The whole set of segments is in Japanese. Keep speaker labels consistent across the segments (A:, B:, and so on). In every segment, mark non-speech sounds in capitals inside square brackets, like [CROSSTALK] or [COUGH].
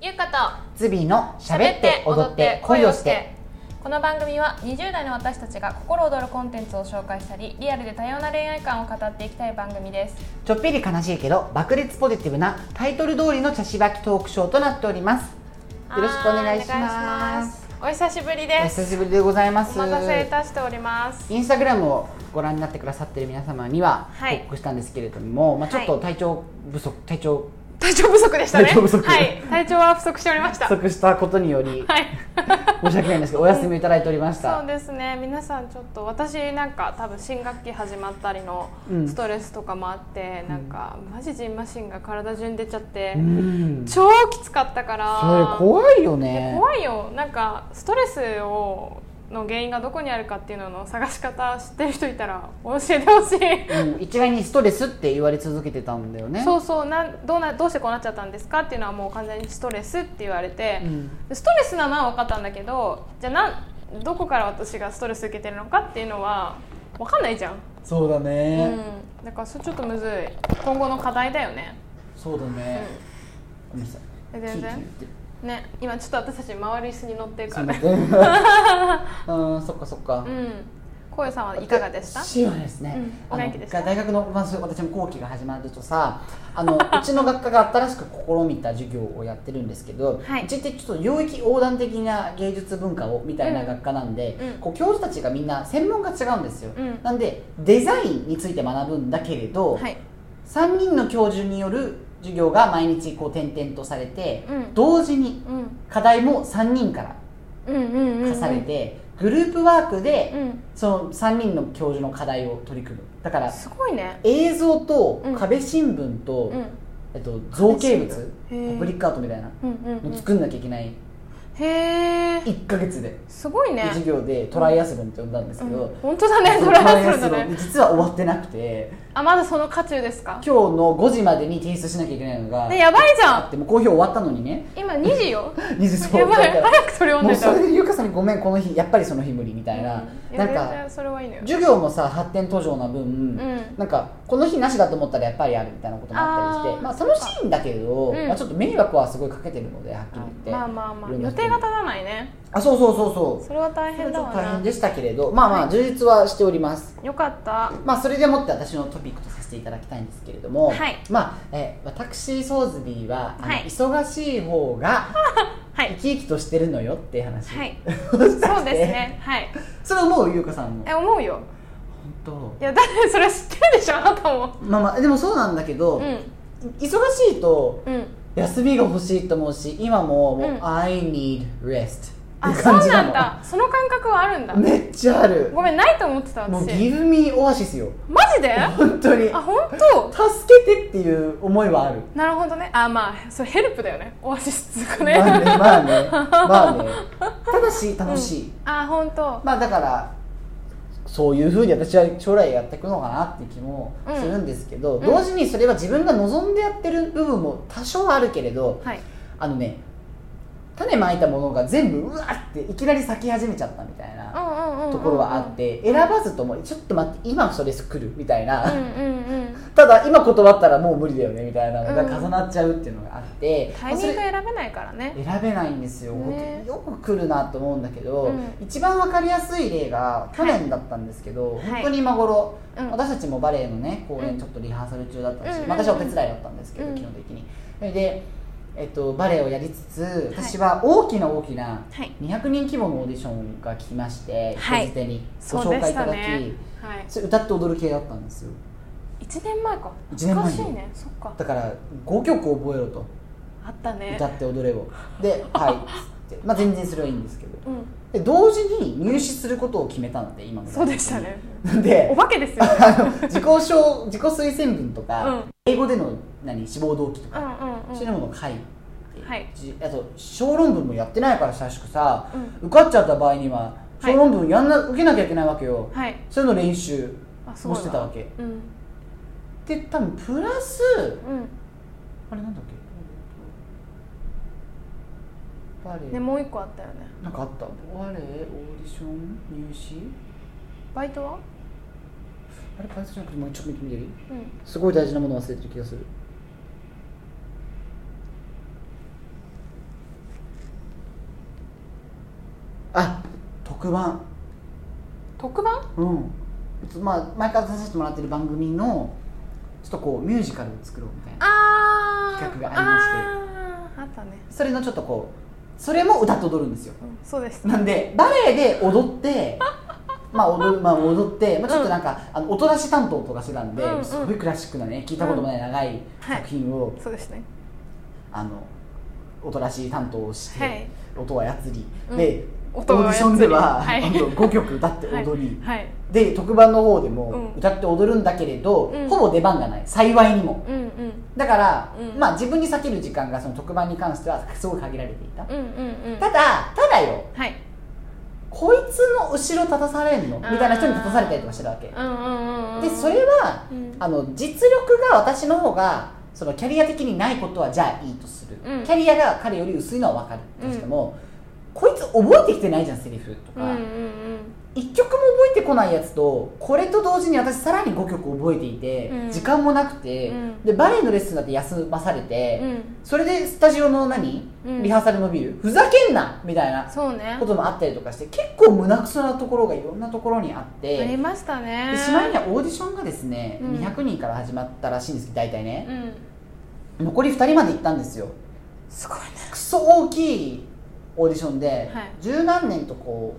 A: ゆうかと
B: ズビーの喋って踊って恋をして
A: この番組は20代の私たちが心躍るコンテンツを紹介したりリアルで多様な恋愛観を語っていきたい番組です
B: ちょっぴり悲しいけど爆裂ポジティブなタイトル通りの茶しばきトークショーとなっておりますよろしくお願いし
A: はーいお願
B: ま
A: いしますすお久しぶり
B: お
A: です
B: 久しぶりでございます
A: お待たせいたしております
B: インスタグラムをご覧になってくださってる皆様には
A: はい
B: 報告したんですけれども、まあ、ちょっと
A: は
B: 体調不足体調
A: 体調不足でしたね
B: [LAUGHS] 体調不足
A: はい体調は不足しておりまし
B: 不
A: たはい
B: 足したことによ
A: [LAUGHS]
B: り申し訳ないんですけどお休みをいただいておりまし
A: そう
B: た
A: ですね皆さんちょっと私なんか多分新学期始まったりの
B: うん
A: ストレスとかもあって、なんかマジジンマシンが体中に出ちゃって、
B: うんそ
A: 超きつかったから
B: れ怖いよ
A: いや
B: ね
A: 怖いよなんかストレスをの原因がどこにあるかっていうのの探し方知ってる人いたら教えてほしい、
B: うん一概にストレスって言われ続けてたんだよね
A: そうそうなんどうなどうしてこうなっちゃったんですかっていうのはもう完全にストレスって言われて
B: う、ん
A: でストレスなのは分かったんだけどじゃあなんどこから私がストレス受けてるのかっていうのは分かんないじゃん、
B: そうだね、
A: うん、だからそれちょっとむずい今後の課題だよね
B: そうだね、ごめんなさい
A: え全然
B: キーキー
A: ね今ちょっと私たち周り椅子に乗ってるか
B: 言
A: ら
B: ってすい [LAUGHS] ませんうんそっかそっか、
A: うんこうさんはいかがでした
B: 私はですね、
A: うん
B: あの
A: お元気でした
B: 大学の、まあ、そう私も後期が始まるとさあ [LAUGHS] のうちの学科が新しく試みた授業をやってるんですけど、
A: はいう
B: ちってちょっと領域横断的な芸術文化をみたいな学科なんで、
A: うんうん
B: こう教授たちがみんな専門が違うんですよ、
A: うん
B: なんでデザインについて学ぶんだけれど、
A: はい
B: 3人の教授による授業が毎日こう点々とされて、
A: うん
B: 同時に
A: うん
B: 課題も3人から
A: うんうんうんうん
B: 課されて、グループワークで、
A: うん
B: その3人の教授の課題を取り組むだから
A: すごいね
B: 映像と
A: うん
B: 壁新聞と、
A: うん
B: えっと、造形
A: 壁
B: 物パ
A: 新聞へー
B: ブリックアートみたいな
A: うんうんう
B: の
A: ん
B: 作んなきゃいけない
A: へえ
B: 1か月で、
A: すごいね
B: 授業でトライアスロンって呼んだんです
A: う
B: けど、
A: ん本当だね
B: そ
A: ド
B: の
A: ライアスロンだ
B: で
A: ね
B: 実は終わってなくて
A: あまだその渦中ですか
B: 今日の5時までに提出しなきゃいけないのが
A: ねやばいじゃ
B: あ
A: ん
B: ってもう公表終わったのにね
A: 今2時よ
B: 2時そう
A: やばい
B: だから
A: 早くそれ読ん
B: もう
A: でた
B: それで優香さんに「ごめんこの日やっぱりその日無理」みたいな、
A: うん
B: なん
A: いや全
B: か
A: 然それはいいのよ
B: 授業もさ発展途上な分、
A: ん
B: なんかこの日なしだと思ったらやっぱりあるみたいなこともあったりして
A: あー
B: まあ、楽しいんだけど、
A: うん
B: まあ、ちょっと迷惑はすごいかけてるのではっきり言って
A: まあまあまあ
B: いろん
A: 予
B: な人に
A: 定が立たないね
B: あそうそうそうそう
A: それは大
B: それ
A: 変
B: ち
A: だ
B: ょっと
A: わ
B: 大変
A: な
B: でしたけれどまあまあ充実はしております、
A: よかった
B: まあ、それでもって私のトピックとさせていただきたいんですけれども、
A: はい
B: まあ、えー私ソーズビーはあの、
A: はい
B: 忙しい方が
A: は
B: 生
A: い
B: き生きとしてるのよっていう話、
A: はいそうですねはい
B: それ思う優香さんも
A: え思うよ
B: 本
A: いやだってそれ知ってるでしょあなたも
B: 当まあまあでもそうなんだけど、
A: うん
B: 忙しいと
A: うん
B: 休みが欲しいと思うし今ももう、
A: うん
B: I need rest っ
A: あ
B: て
A: そう
B: 感じな
A: な
B: の
A: んだその感覚はあるんだ
B: めっちゃある
A: ごめんないと思ってた
B: もう
A: 私
B: Give me オアシスよ
A: マジであ
B: 本当に助
A: 本当
B: けてっていう思いはある
A: なるほどねあまあそれヘルプだよねオアシスっつうかね
B: まあねまあ
A: [LAUGHS]
B: ねまあねただし楽しい、
A: あ本当
B: まあだからそういうふうに私は将来やっていくのかなって気もするんですけど、
A: うん
B: 同時にそれは自分が望んでやってる部分も多少はあるけれど
A: はい
B: あのね種まいたものが全部うわっていきなり咲き始めちゃったみたいな
A: うんうんうんうん
B: ところはあって選ばずともちょっと待って今それ来るみたいな、
A: うんうんうん
B: [LAUGHS] ただ今断ったらもう無理だよねみたいなのが
A: うん
B: 重なっちゃうっていうのがあって、
A: タイミング選べないからね
B: 選べないんですよ、
A: ね
B: よく来るなと思うんだけど、
A: うん
B: 一番わかりやすい例が去年だったんですけど、
A: はい
B: 本当に今頃、
A: うん
B: 私たちもバレエのね公
A: うん
B: 演ちょっとリハーサル中だったし、
A: うん
B: まあ私はお手伝いだったんですけど、
A: うん
B: 基本的にそれで、えっと、バレエをやりつつ私は大きな大きな
A: はい
B: 200人規模のオーディションが来まして、
A: はい
B: 人づてにご
A: そう
B: 紹
A: で
B: 介
A: し
B: いた
A: た
B: だき
A: ねはい
B: それ歌って踊る系だったんですよ
A: 1年前か
B: 一年前
A: 懐かしいねそっか
B: だから5曲覚えろと
A: あったね
B: 歌って踊れをで「はい」つってまあ全然それはいいんですけど
A: うん
B: で同時に入試することを決めたので今の
A: そうでしたね
B: なん
A: お
B: で
A: 化けですよね
B: あの自己紹自己推薦文とか、
A: うん
B: 英語での何志望動機と
A: う
B: か、
A: んうんうん
B: [LAUGHS] そういうものを書いて、
A: はい
B: じあと小論文もやってないから久しくさ、
A: う
B: 受かっちゃった場合には
A: はい
B: 小論文やんな、受けなきゃいけないわけよ、
A: はい
B: それの練習
A: あすご
B: も
A: い
B: してたわけ
A: うん
B: で多分プラス
A: うん
B: あれなんだっけバレエ
A: ねもう一個あったよね
B: なんかあったバレエオーディション入試
A: バイトは
B: あれパイセンじゃなくてもうちょっと見てみる
A: うん
B: すごい大事なもの忘れてる気がする特番
A: 特番
B: うんまあ毎回出させてもらってる番組のちょっとこうミュージカルを作ろうみたいな
A: あー
B: 企画がありまして
A: あーあったね、
B: それのちょっとこうそれも歌と踊るんですよ
A: うん、そうでした
B: なんでバレエで踊って [LAUGHS] まあ踊るまあ踊って、まあ、ちょっとなんか、あの音出し担当とかしてたんで、
A: うんうん
B: すごいクラシックなね聞いたこともない長い作品を、
A: そうですね
B: あの音出し担当をして、
A: はい
B: 音はやつり、
A: うん
B: でオー
A: 音は
B: デ
A: や
B: ィ
A: つり
B: ションでは、
A: はい
B: あの5曲歌って
A: はい
B: 踊り、
A: はい
B: で特番の方でも
A: うん
B: 歌って踊るんだけれど、
A: うん
B: ほぼ出番がない幸いにも
A: うんうん
B: だから、
A: うん
B: まあ自分に避ける時間がその特番に関してはすごい限られていた、
A: うんうんうん
B: ただただよ
A: はい
B: こいつの後ろ立たされんのみたいな人に立たされたりとかしてたわけ
A: うんうんうんうん
B: でそれは、
A: うん
B: あの実力が私の方がそのキャリア的にないことはじゃあいいとする、
A: うん
B: キャリアが彼より薄いのは分かるとしても、こいつ覚えてきてないじゃんセリフと
A: うんう
B: か、
A: んうん
B: 一曲も覚えてこないやつとこれと同時に私さらに5曲覚えていて、
A: うん
B: 時間もなくて、
A: うん
B: でバレエのレッスンだって休まされて、
A: うん
B: それでスタジオの何、
A: うん
B: リハーサルのビルふざけんなみたいな
A: そうね
B: こともあったりとかして結構胸くそなところがいろんなところにあっ
A: あり
B: て
A: ましたね
B: でしまいにはオーディションがですね、
A: うん
B: 200人から始まったらしいんですけど大体ね
A: う、ん
B: 残り2人まで行ったんですよ
A: すごいね
B: クソ大きいオーディションで、
A: はい
B: 十何年とこ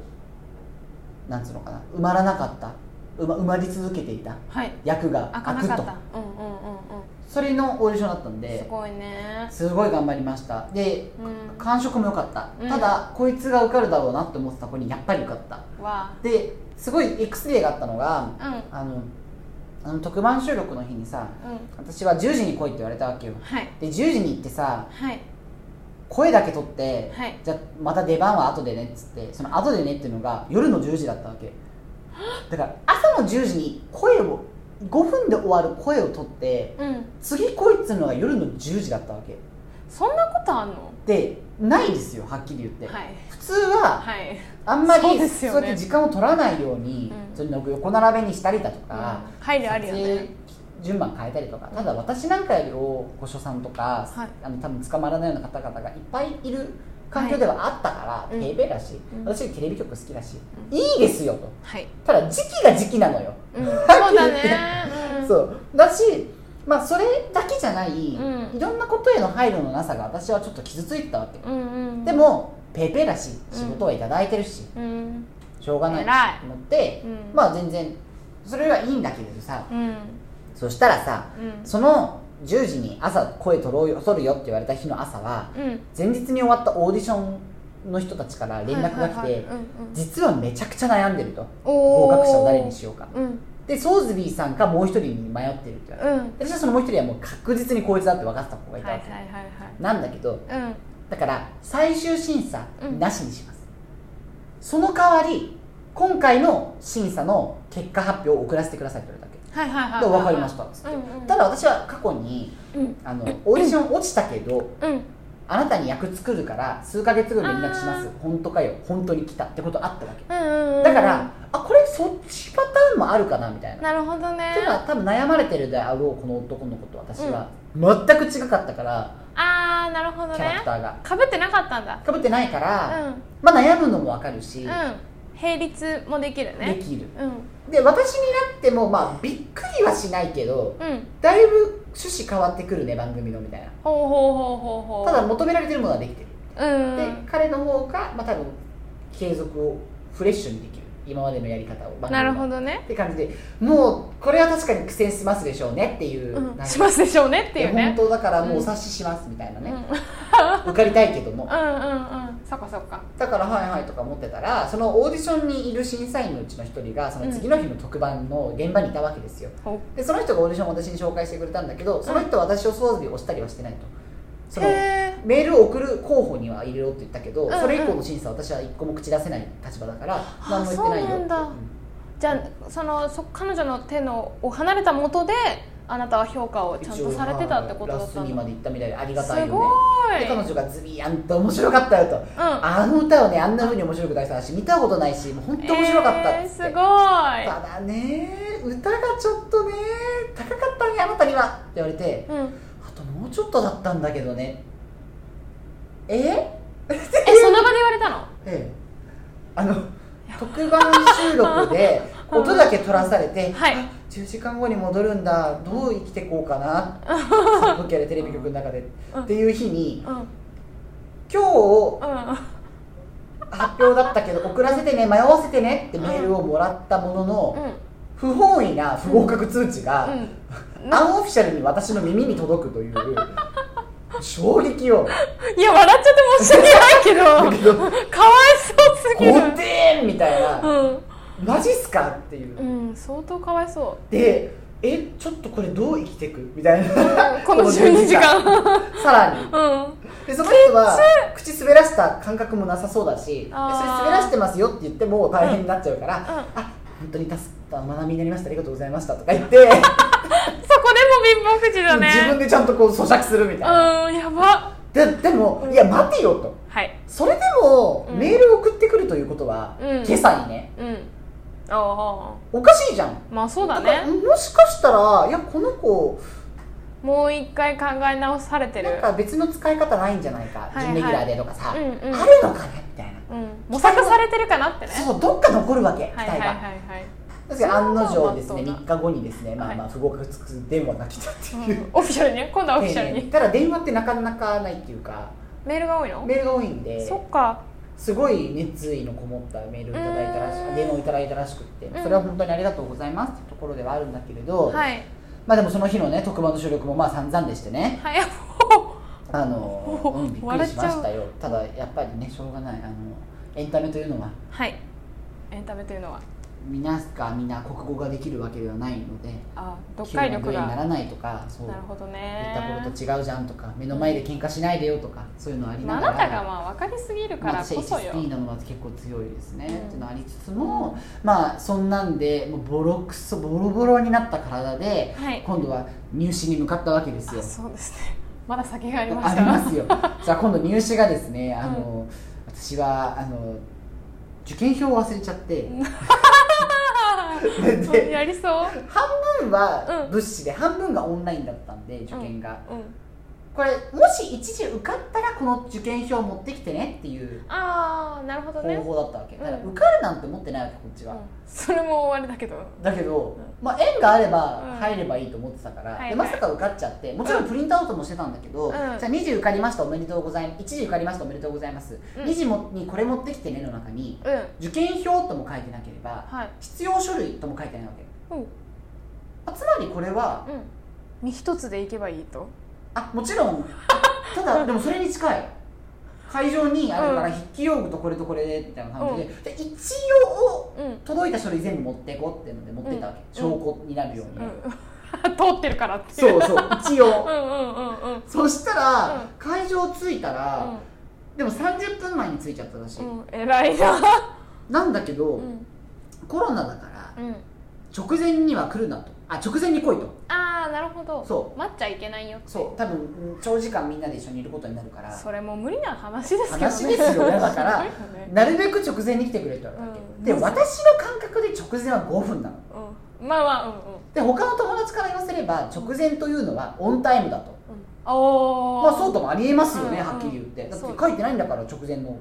B: うなんつうのかな埋まらなかった埋ま埋まり続けていた
A: はい
B: 役が
A: 開か
B: 開
A: な
B: く
A: か
B: と
A: ったうんうんうん
B: それのオーディションだったん
A: うんす
B: で
A: ごいね
B: すごい頑張りましたで
A: うん
B: 感触も良かった、
A: うん
B: ただこいつが受かるだろうなって思ってた子にやっぱり受かった
A: わ
B: ですごい X デーがあったのが
A: あうんうん
B: あのあの特番収録の日にさ私は10時に来いって言われたわけよ
A: はい
B: で10時に行ってさ
A: はい
B: 声だけ取って、
A: はい
B: じゃあまた出番は後でねっつってその後でねっていうのが夜の10時だったわけだから朝の10時に声を5分で終わる声を取って
A: うん
B: 次来いっつうのが夜の10時だったわけ
A: そんなことあんの
B: でないですよはっきり言って、
A: はい
B: 普通は
A: はい
B: あんまり
A: そうですよね
B: そうやって時間を取らないように、
A: うん
B: それの横並べにしたりだとか、
A: うん配慮あるよ
B: 撮
A: ね
B: 影順番変えたりとかただ私なんかよりをご所さんとか、
A: はい
B: あの多分捕まらないような方々がいっぱいいる環境ではあったから、
A: うん
B: テレビだし、
A: うん
B: 私テレビ局好きだし、
A: う
B: いいですよと
A: はい
B: ただ時期が時期なのよ、
A: うんそうだ
B: [LAUGHS]
A: ねうん
B: そうだしまあそれだけじゃない、
A: うん
B: いろんなことへの配慮のなさが私はちょっと傷ついてたわけ、
A: うんうん
B: でもペーペーだし
A: うん
B: 仕事はいただいてるし、
A: うん
B: しょうがない
A: 偉い
B: と思って、
A: うん
B: まあ全然それはいいんだけれどさ、
A: うん
B: そしたらさ、
A: うん
B: その10時に朝声取ろうよ取るよって言われた日の朝は
A: うん
B: 前日に終わったオーディションの人たちから連絡
A: はいは
B: が来
A: い
B: て
A: はいうんうん
B: 実はめちゃくちゃ悩んでると
A: お
B: 合
A: ー
B: 格者を誰にしようか
A: うん
B: でソーズビーさんかもう一人に迷ってるって言われて
A: うん
B: 私はそのもう一人はもう確実にこいつだって分かってた子がいた
A: はい
B: わ
A: はい
B: け、
A: はい
B: なんだけど
A: はい
B: だから最終審査
A: うん
B: なしにします、その代わり今回の審査の結果発表を送らせてくださいって言われたわ
A: はいはいはい
B: けで分かりましたっつって、
A: うんうん
B: ただ私は過去に
A: うん
B: あのオーディション落ちたけど
A: うん
B: あなたに役作るから数ヶ月後に連絡します
A: あ
B: 本当かよ本当に来たってことあったわけ
A: うんうん
B: だからあこれそっちパターンもあるかなみたいな
A: なるほどね
B: っていうのは多分悩まれてるであろうこの男の子と私は全く違かったから
A: ああなるほど
B: キャラ
A: ね
B: クターが
A: かぶってなかったんだ
B: かぶってないか
A: う
B: ら
A: ん
B: まあ悩むのも分かるし
A: うん並立もできる
B: で
A: ね
B: きる
A: うん
B: で私になってもまあびっくりはしないけど
A: うん
B: だいぶ趣旨変わってくるね番組のみたいな
A: ほうほうほうほうほう
B: ただ求められてるものはできてる
A: うん
B: で彼の方が、まあ、多分継続をフレッシュにできる今までのやり方を
A: なるほ
B: っ
A: どね
B: て感じでもうこれは確かに苦戦しますでしょうねっていう、
A: う
B: なん
A: ん
B: か
A: しますでしょうねっていう
B: いや本
A: ね
B: 当だからもう
A: ん
B: お察ししますみたいな
A: うん
B: ね、
A: うんうん
B: 受かりたいけども
A: うんそっかそっか
B: だからはいはいとか思ってたらそのオーディションにいる審査員のうちの一人がその次の日の特番の現場にいたわけですよ
A: ほ
B: でその人がオーディションを私に紹介してくれたんだけどその人は私を掃除をしたりはしてないとその
A: へ
B: メールを送る候補には入れろって言ったけど、
A: うんうん
B: それ以降の審査は私は一個も口出せない立場だから
A: あ
B: 何も言ってないよ
A: そうなんだじゃあそのそ彼女の手のを離れた元であなたは評価をちゃんとされてたってことだった
B: ラスに
A: ん
B: ま
A: だ
B: で行ったみたいでありが
A: す
B: たいよ
A: ご
B: ね
A: い
B: で彼女がズビやんと面白かったよと、
A: うん
B: あの歌をねあんなふうに面白く大したし見たことないしもう本当面白かったっ
A: えー
B: つって、
A: すご
B: ただね歌がちょっとね高かったねあなたにはって言われて
A: い、うん、
B: あともうちょっとだったんだけどねえ [LAUGHS]
A: えその場で言われたの
B: ええあの
A: やばい
B: で音だけ取らされて、
A: はい
B: あ10時間後に戻るんだどう生きてこうかなその時あれテレビ局の中で、
A: うん
B: っていう日に
A: うんうん
B: 今日発表だったけど遅らせてね迷わせてねってメールをもらったものの、不本意な不合格通知が、
A: うん
B: アンオフィシャルに私の耳に届くという
A: [LAUGHS]
B: 衝撃を
A: いや笑っちゃって申し訳ないけど
B: ど
A: かわいそうす
B: 「
A: ぎる
B: ごてん!」みたいな
A: う
B: 「マジっすか?」っていう。
A: ん、うん、相当かわいそ
B: でえちょっとこれどう生きてくみたいな [LAUGHS]
A: この12時間
B: さらに
A: ううん
B: でその人は口滑らした感覚もなさそうだしでそれ
A: あー
B: 滑らしてますよって言っても大変になっちゃうから、
A: ん
B: あ本当に助かった学びになりましたありがとうございましたとか言って
A: そこでも貧乏くじだね
B: 自分でちゃんとこう咀嚼するみたいな、
A: うんやば
B: ででも、いや待てよと
A: はい
B: それでも、
A: うん
B: メールを送ってくるということは、
A: うん
B: 今朝にね
A: うんあ
B: おかしいじゃん
A: あまあそうだ
B: だから
A: ね
B: もしかしたらいやこの子
A: もう一回考え直されて
B: なん
A: る
B: か別の使い方ないんじゃないか、
A: はい
B: 準レギュラーでとかさ、
A: うんうん
B: あるのかねみたい
A: う
B: な、
A: ん模索されてるかなってね
B: そうどっか残るわけ期
A: はい
B: 待
A: は
B: が、
A: いはいはい
B: ですから案の定です
A: そ
B: ね
A: うなんだ
B: 3日後にですねまあま
A: は
B: あ不合格電話が来たっていう、
A: うんオ [LAUGHS] フィシャルにね今度はオフィシャル
B: 丁寧に
A: に
B: ただ電話ってなかなかないっていうか
A: メールが多いの
B: メールが多いんで
A: そっか
B: すごい熱意のこもったメールをいただいたらし
A: うーん
B: 電話をいただいたらしくって
A: うん
B: それは本当にありがとうございますってところではあるんだけれど、
A: はい
B: まあでもその日のね特番の収録もまあ散々でしてね
A: はいも
B: あの、
A: お
B: うんびっくりしましたよただやっぱりねしょうがないあのエンタメというのは
A: うはいエンタメというのは
B: 皆がみんな国語ができるわけではないので
A: あ読解力
B: 9の上にな
A: が
B: らないとかそう
A: なるほど
B: 言ったこ
A: ね
B: と違うじゃんとか目の前で喧嘩しないでよとかそういうのあり
A: まあ
B: な
A: あ
B: が
A: な
B: ら
A: たがまあ分かりすぎるからこそよ
B: HSP なのは結構強いですね、
A: うん
B: っていうのありつつもまあそんなんでもうボロクソボロボロになった体で、
A: はい
B: 今度は入試に向かったわけですよ
A: あそうですねまだ先がありま
B: あ
A: した
B: りますよじゃあ今度入試がですねあの、私はあの受験票を忘れちゃって、
A: [LAUGHS] うん
B: で
A: やりそう
B: 半分は
A: うん
B: 物資で、半分がオンラインだったんで受験が、
A: うん
B: これもし一時受かったらこの受験票を持ってきてねっていう
A: ああなるほどね
B: 方法だったわけ、だから
A: うん
B: 受かるなんて思ってないわけこっちは、
A: うんそれも終わりだけど
B: だけど、
A: う
B: まあ、縁があれ
A: うん
B: ば入ればいいと思ってたから、
A: はいはい
B: でまさか受かっちゃってもちろんプリントアウトもしてたんだけど、
A: うん
B: じゃあ2時受かりましたおめでとうございます1時受かりましたおめでとうございます、
A: うん
B: 2時もにこれ持ってきてねの中に
A: うん
B: 受験票とも書いてなければ
A: はい
B: 必要書類とも書いてないわけ
A: うんうん
B: あつまりこれは
A: 身一つでいけばいいと
B: あもち
A: [LAUGHS]
B: ろんただでもそれに近い会場にあるから筆記用具とこれとこれでみたいな感じで,、で一応
A: うんうん
B: 届いた書類全部持っていこうっていうので持ってったわけ、証拠になるように、
A: [LAUGHS] 通ってるからっていう
B: そうそう一
A: うん
B: 応
A: うんうんうん
B: そしたら、
A: うん
B: 会場着いたら、
A: う
B: でも30分前に着いちゃったらしい、
A: んうん偉いな
B: なんだけど、
A: うん
B: コロナだから
A: うん
B: 直前には来るなとあ直前に来いと
A: ああなるほど
B: そう
A: 待っちゃいけないよって
B: そう多分うん長時間みんなで一緒にいることになるから
A: それも無理な話ですけどね
B: 話ですよねだから
A: [LAUGHS] すごいよね
B: なるべく直前に来てくれって言われたわけ、
A: うん
B: で
A: うん
B: 私の感覚で直前は5分なの
A: うんまあまあうんうん
B: で他の友達から言わせれば直前というのはオンタイムだと
A: うんおお
B: まあそうともありえますよね、
A: うん
B: はっきり言ってだって
A: そう
B: 書いてないんだから直前の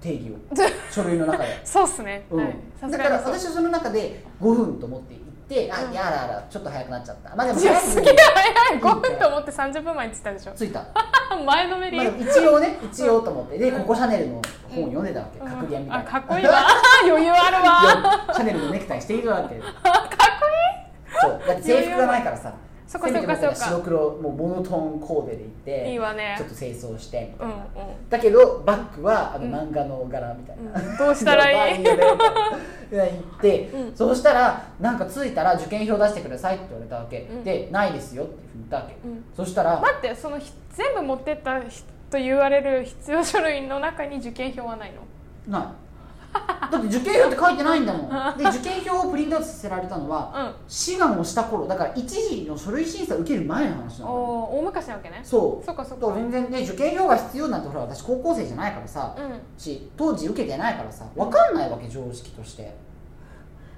B: 定義を
A: [LAUGHS]
B: 書類の中で、
A: そうっすね、
B: うん
A: はいさす
B: だ
A: が
B: か
A: に
B: ら
A: そう
B: 私はその中で5分と思って行って、あ
A: うん
B: やらあらちょっと早くなっちゃったまあでも
A: いや [LAUGHS] すげえ早い
B: いいね
A: 5分と思って30分前に言ってたでしょ
B: 着いた、
A: あ
B: [LAUGHS]
A: 前のめり、
B: まあ、でも一応ね一応と思ってで
A: うん
B: ここシャネルの本を読んでたわけ、格言みたいな
A: あかっこいいな [LAUGHS] 余裕あるわ
B: [LAUGHS] 読むシャネルのネクタイしているわけかっこいいそうだって制服がないからさ
A: そっか
B: せめ
A: そっ
B: て
A: か
B: 僕
A: そ
B: ら
A: っか
B: 白黒もうモノトーンコーデで行って
A: いいわね
B: ちょっと清掃してみたいな
A: うんうん、
B: だけどバッグはあの
A: うん
B: 漫画の柄みたい [LAUGHS] な、
A: うんどうしたらいい
B: やばよねみたいな行って、
A: うん
B: そうしたらなんか着いたら受験票出してくださいって言われたわけ、
A: うん
B: でないですよって言ったわけ、
A: うん
B: そしたら
A: 待ってそのひ全部持ってったひと言われる必要書類の中に受験票はないの
B: ないだって受験票って書いてないんだもんで受験票をプリントアウトさせられたのは、
A: う
B: 志願をした頃だから一時の書類審査受ける前の話なんの
A: おー大昔なわけね
B: そう
A: そっかそっ
B: だから
A: か
B: 全然ね受験票が必要なんてほら私高校生じゃないからさ、
A: うん
B: し当時受けてないからさ分かんないわけ常識として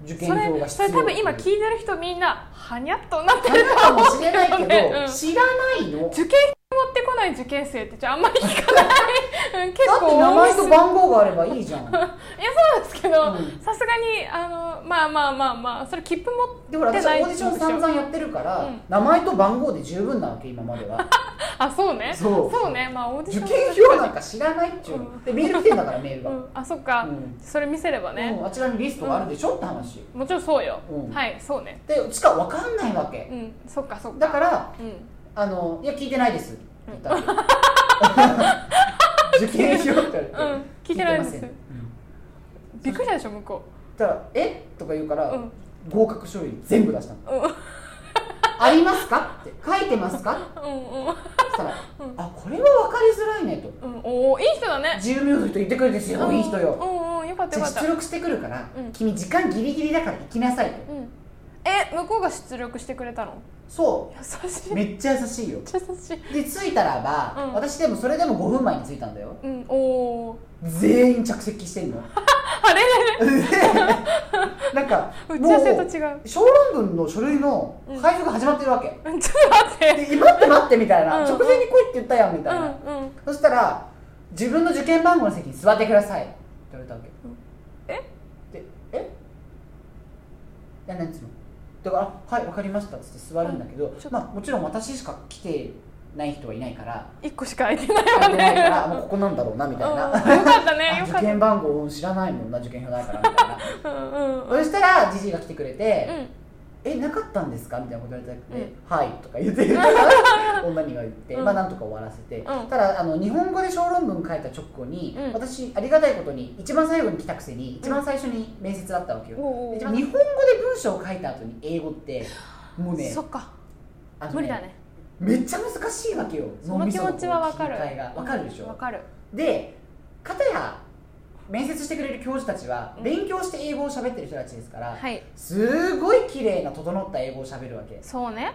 B: 受験
A: そ
B: 票が
A: れそ
B: 必要
A: れ多分今聞いてる人みんなはにゃっとなって
B: ある
A: る
B: かもしれないけど、
A: ねうん
B: 知らないの
A: 受験票持ってこない受験生ってちょあんまり聞かない [LAUGHS] 結
B: だって
A: 構
B: 名前と
A: いや
B: 番号があればいいじゃん
A: そうなんですけど
B: うん
A: さすがにあのまあまあまあまあそれ切符持っ
B: でほら私
A: 出ない
B: オーディション散々やってるから、
A: うん
B: 名前と番号で十分なわけ今までは
A: あそうね
B: そう
A: ねまあオーディシ
B: 受
A: ョン
B: 験票なんか知らないっちゅうの、
A: うん
B: でメール来てんだからメール
A: う
B: が、
A: んあそっか、
B: うん
A: それ見せればね
B: もう、あちらにリストがあるでしょって話
A: もちろんそうよ、
B: うん
A: はいそうね
B: でしか分かんないわけ
A: うんそっかそっか
B: だから
A: うん
B: あの「いや聞いてないです」って言ったら
A: [LAUGHS]
B: 受験票って言われて、
A: うん聞いてないです
B: 聞ませんうん
A: びっくりしたでしょ向こ
B: たら「えとか言うから、
A: うん
B: 合格書類全部出したの
A: う、うん、
B: 「ありますか?」って「書いてますか?」
A: うんうん
B: そしたら「あこれは分かりづらいね」と
A: うんおーいい人だ
B: 「
A: ね
B: 自由の人言ってくれてすごいいい人
A: う
B: よ」
A: んうんよかっ
B: じ
A: た
B: ゃ
A: よ
B: あ
A: かった
B: 出力してくるから、
A: うん
B: 君時間ギリギリだから行きなさいと
A: うんえ向こうが出力してくれたの
B: そ
A: 優し
B: う
A: いめっ
B: めっちゃ優しいよ
A: ちゃ優しい
B: で着いたらば、
A: うん
B: 私でもそれでも5分前に着いたんだよ
A: うんおお
B: 全員着席してんの
A: [LAUGHS] あれれれ
B: なんか
A: 打ち合わせと違う
B: も小論文の書類の配布が始まってるわけ、
A: うんちょっと待って
B: で待って待ってみたいな、
A: うん
B: 直前に来いって言ったやんみ
A: う
B: たいな、
A: んうん
B: そしたら自分の受験番号の席に座ってくださいって言われたわけ、
A: え
B: でえいやなんつうのだからあはいわかりましたっつって座るんだけど、
A: ちょっと
B: まあもちろん私しか来てない人はいないから
A: 一個しか空いてないわ
B: 来てないか
A: ね [LAUGHS]
B: らもうここなんだろうなみ
A: うん
B: たい [LAUGHS] な、
A: よかったね
B: あ
A: よか
B: 受
A: っ
B: 験番号知らないもんな受験票ないからみたいな
A: たうんうんうん
B: そしたらじじいが来てくれて、
A: うん
B: えなかったんですかみたいなこと言われたくて、
A: うん
B: はいとか言って
A: [LAUGHS]
B: 女には言って、
A: うん
B: まあなんとか終わらせて、
A: ん
B: ただあの日本語で小論文書いた直後に、
A: うん
B: 私ありがたいことに一番最後に来たくせに一番最初に面接だったわけよ、
A: おうおう
B: で日本語で文章を書いた後に英語ってもうね
A: そっか
B: あの
A: 無理だね
B: めっちゃ難しいわけよ
A: その気持ちはわかる
B: 脳みその切り替えがわかるでしょ、
A: わかる
B: で片や面接してくれる教授たちは
A: うん
B: 勉強して英語を喋ってる人たちですから、
A: はい
B: すごい綺麗な整った英語を喋るわけ
A: そうね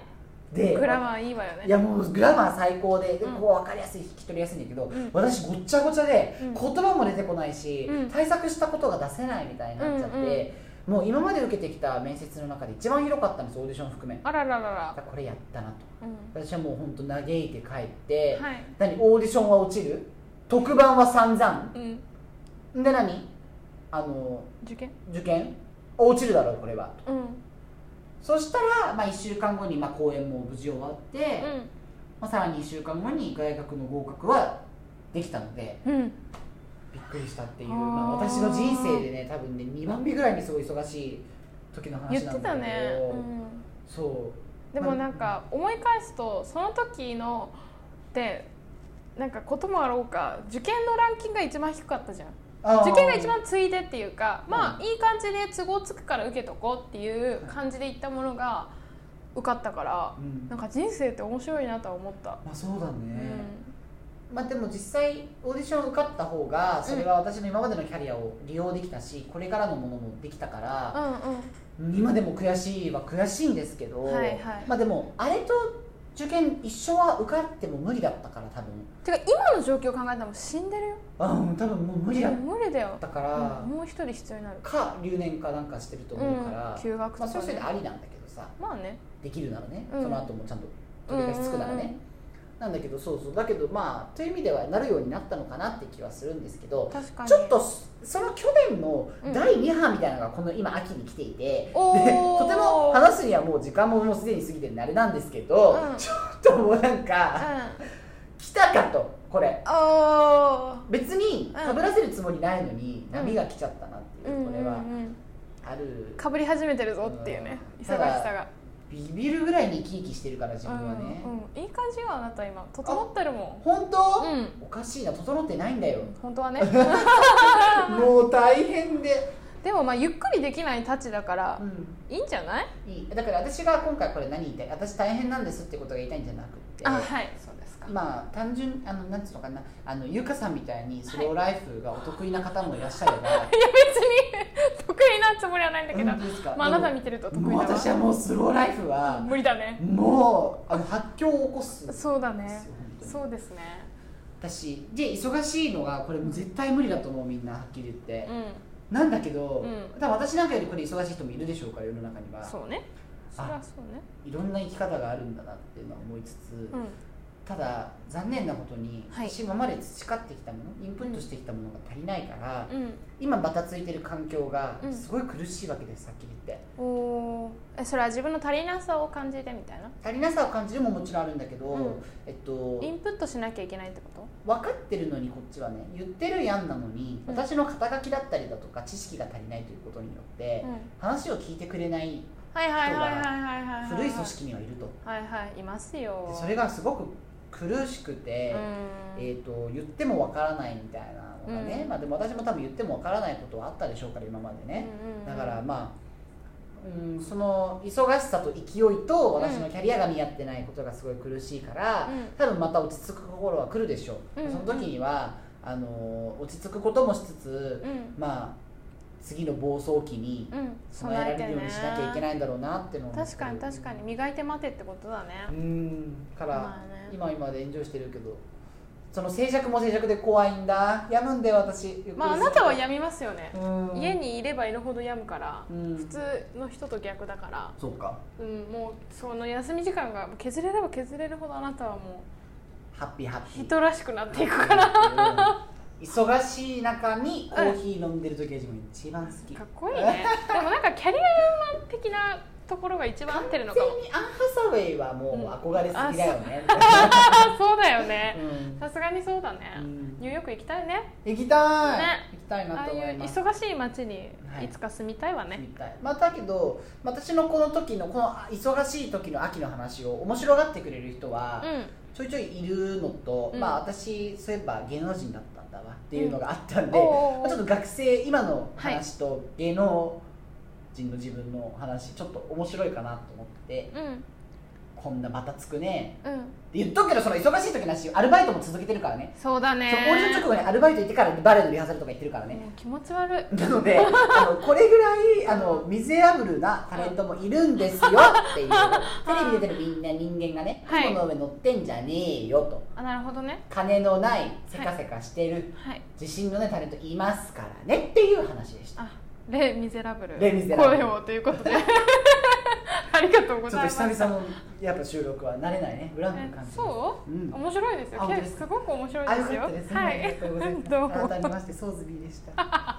B: で
A: グラマーいいわよ
B: い
A: ね
B: やもうグラマー最高で、
A: うん
B: こう分かりやすい聞き取りやすいんだけど、
A: ん
B: 私ごっちゃごちゃで、
A: うん
B: 言葉も出てこないし、
A: うん
B: 対策したことが出せないみたいになっちゃって、
A: うんうん
B: もう今まで受けてきた面接の中で一番広かったんですオーディション含め
A: あららら
B: だかららこれやったなと
A: うん
B: 私はもう本当嘆いて帰って、
A: はい
B: 何オーディションは落ちる特番は散々
A: うん
B: で何あの
A: 受験
B: 受験落ちるだろうこれはと
A: うんうん
B: そしたら、まあ、1週間後に、まあ、公演も無事終わって、まあ、さらに1週間後に大学の合格はできたので
A: うん
B: びっくりしたっていう
A: あー
B: まあ、私の人生でね多分ね2番目ぐらいにすごい忙しい時の
A: 言っ
B: 話なん
A: て
B: だ
A: た
B: けど
A: ねうん
B: そう
A: でもなんか思い返すとその時のでなんかこともあろうか受験のランキングが一番低かったじゃん
B: あー
A: 受験が一番ついでっていうかま
B: う
A: あいい感じで都合つくから受けとこうっていう感じで行ったものが受かったから
B: うん
A: なんか人生って面白いなとは思った、
B: まあそうだね、
A: う
B: まあでも実際オーディション受かった方がそれは私の今までのキャリアを利用できたしこれからのものもできたから、
A: ん、うん
B: 今でも悔しいは悔しいんですけど、
A: はいはい
B: まあでもあれと受験一緒は受かっても無理だったから多分
A: てか今の状況を考えたらもう死んでるよ
B: あうん多分もう無理だっ
A: もう無理だよ
B: たから、
A: うんもう一人必要になる
B: か留年かなんかしてると思うから、
A: うん休学と
B: ま
A: か
B: あ、
A: ね
B: そういう人でありなんだけどさ
A: まあね
B: できるならね、
A: うん
B: その後もちゃんと取り返しつくならね、
A: うんうん
B: なんだけどそうそうだけどまあという意味ではなるようになったのかなって気はするんですけど
A: 確かに
B: ちょっとその去年の第2波みたいなのがこの今秋に来ていて、
A: お
B: で
A: ー
B: とても話すにはもう時間ももうすでに過ぎてるんであれなんですけど、
A: うん
B: ちょっともうなん
A: うん
B: か、来たかとこれ
A: あ
B: 別に
A: うん
B: かぶらせるつもりないのに
A: ん
B: 波が来ちゃったなって
A: ーう
B: いうんこ
A: う
B: れは
A: んうん
B: ある
A: かぶり始めてるぞっていうね
B: う
A: 忙
B: ん
A: しさが
B: ビビるぐらいに生き生きしてるから自分はね、
A: うんうん、いい感じよあなた今整ってるも
B: 本
A: ん
B: 当、
A: うん
B: おかしいな整ってないんだよ
A: 本当は
B: [LAUGHS]
A: ね
B: もう大変で、
A: でもまあゆっくりできないたちだから
B: うん
A: いいんじゃない
B: いいだから私が今回これ何言いたい私大変なんですってことが言いたいんじゃなくて
A: あはいそうですか
B: まあ単純あのなんつうのかなあのゆかさんみたいにスローライフがお得意な方もいらっしゃれば、
A: いや別に [LAUGHS] 得意なつもりはないんだけど、
B: 本当ですか
A: まああなた見てると得意だ
B: もう
A: わ
B: 私はもうスローライフは
A: 無理だね
B: もうあの発狂を起こすんですよ
A: そうだね
B: 本当に
A: そうですね
B: 私で忙しいのがこれもう絶対無理だと思うみんなはっきり言って
A: う、ん
B: なんだけ
A: う
B: ど、
A: ん
B: 多分私なんかよりこれ忙しい人もいるでしょうから世の中には
A: そうねそりゃそうね
B: いろんな生き方があるんだなっていうのは思いつつ、
A: うん
B: ただ残念なことに、
A: はい
B: 私今まで培ってきたものインプットしてきたものが足りないから、
A: うん
B: 今バタついてる環境が
A: うん
B: すごい苦しいわけです、はっきり言って
A: おーえそれは自分の足りなさを感じてみたいな
B: 足りなさを感じるももちろんあるんだけど、
A: うん
B: えっと
A: インプットしなきゃいけないってこと
B: 分かってるのにこっちはね言ってるやんなのに、
A: うん
B: 私の肩書きだったりだとか知識が足りないということによって、
A: うん
B: 話を聞いてくれない
A: はいはいはいはいはいはいはい
B: 古い組織にはいると、
A: はいはいいますよ
B: でそれがすごく苦しくて、
A: うん
B: えー、と言ってもわからないみたいなのがね、
A: うん
B: まあ、でも私も多分言ってもわからないことはあったでしょうから今までね、
A: うんうんうん
B: だからまあ、うん、その忙しさと勢いと私のキャリアが見合ってないことがすごい苦しいから、
A: うん
B: 多分また落ち着く心は来るでしょう、
A: うん
B: その時にはあの落ち着くこともしつつ、
A: うん
B: まあ次の暴走期に
A: うん
B: 備えられるようにしなきゃいけ
A: い
B: ないんだろうなってのを
A: 確かに確かに磨いて待てってことだね
B: うんから、
A: まあね
B: 今今で炎上してるけどその静寂も静寂で怖いんだやむんだよ私
A: まああなたは
B: や
A: 病みますよね
B: うん
A: 家にいればいるほど病むから
B: うん
A: 普通の人と逆だから
B: そうか
A: うんもうその休み時間が削れれば削れるほどあなたはも
B: ハッピーハッ
A: う
B: ピー
A: 人らしくなっていくから
B: うん忙しい中にコーヒー飲んでる時が自分一番好き
A: かっこいいねでもなんかキャリアマン的なところが一番合ってるのかも
B: 完全にアン・ハサウェイはもう憧れすぎだよね、
A: あそうだよね
B: うん
A: さすがにそうだね、
B: うん
A: ニューヨーク行きたいね
B: 行きたい、
A: ね
B: 行きたい
A: あ
B: な
A: あ
B: と
A: い
B: 思いうます
A: 忙しい街に
B: はい
A: いつか住みたいわね、
B: みたいまあ、だけど私のこの時のこの忙しい時の秋の話を面白がってくれる人は、ちょいちょいいるのと、
A: うん
B: まあ私そういえば芸能人だったんだわっていうのがあったんで、
A: うんおうおう
B: まあちょっと学生今の話と芸能人の自分の話ちょっと面白いかなと思って、
A: うんうん
B: こんなバタつくね
A: うん
B: って言っとくけどその忙しい時の話アルバイトも続けてるからね、
A: そうだね
B: そうオーディション直後にアルバイト行ってからバレエのリハーサルとか行って
A: [LAUGHS]
B: るからね、
A: もう気持ち悪い
B: なのであのこれぐらいあのミゼラブルなタレントもいるんですよっ
A: [LAUGHS]
B: ていうテレビ出てるみんな人間がね
A: はい
B: 雲の上乗ってんじゃねえよと
A: あなるほどね
B: 金のないせかせかしてる、
A: はい
B: 自信のないタレントいますからねっていう話でした
A: あレ・ミゼラブル
B: レミゼラブル
A: 声をということで [LAUGHS] ありがとうご
B: ちょ
A: ざ
B: っ
A: い
B: と
A: ます
B: 久々のやっぱ収録は慣れないね恨む感じ
A: え
B: です
A: そう、
B: うん
A: 面白いです
B: あ
A: よ
B: 本当
A: け
B: です
A: すごく面白い
B: あ
A: で
B: よ
A: す
B: か
A: よ
B: ったですね、
A: は
B: [LAUGHS] ありがとうございま
A: い [LAUGHS]
B: す
A: どうも
B: 改めましてソーズビーでした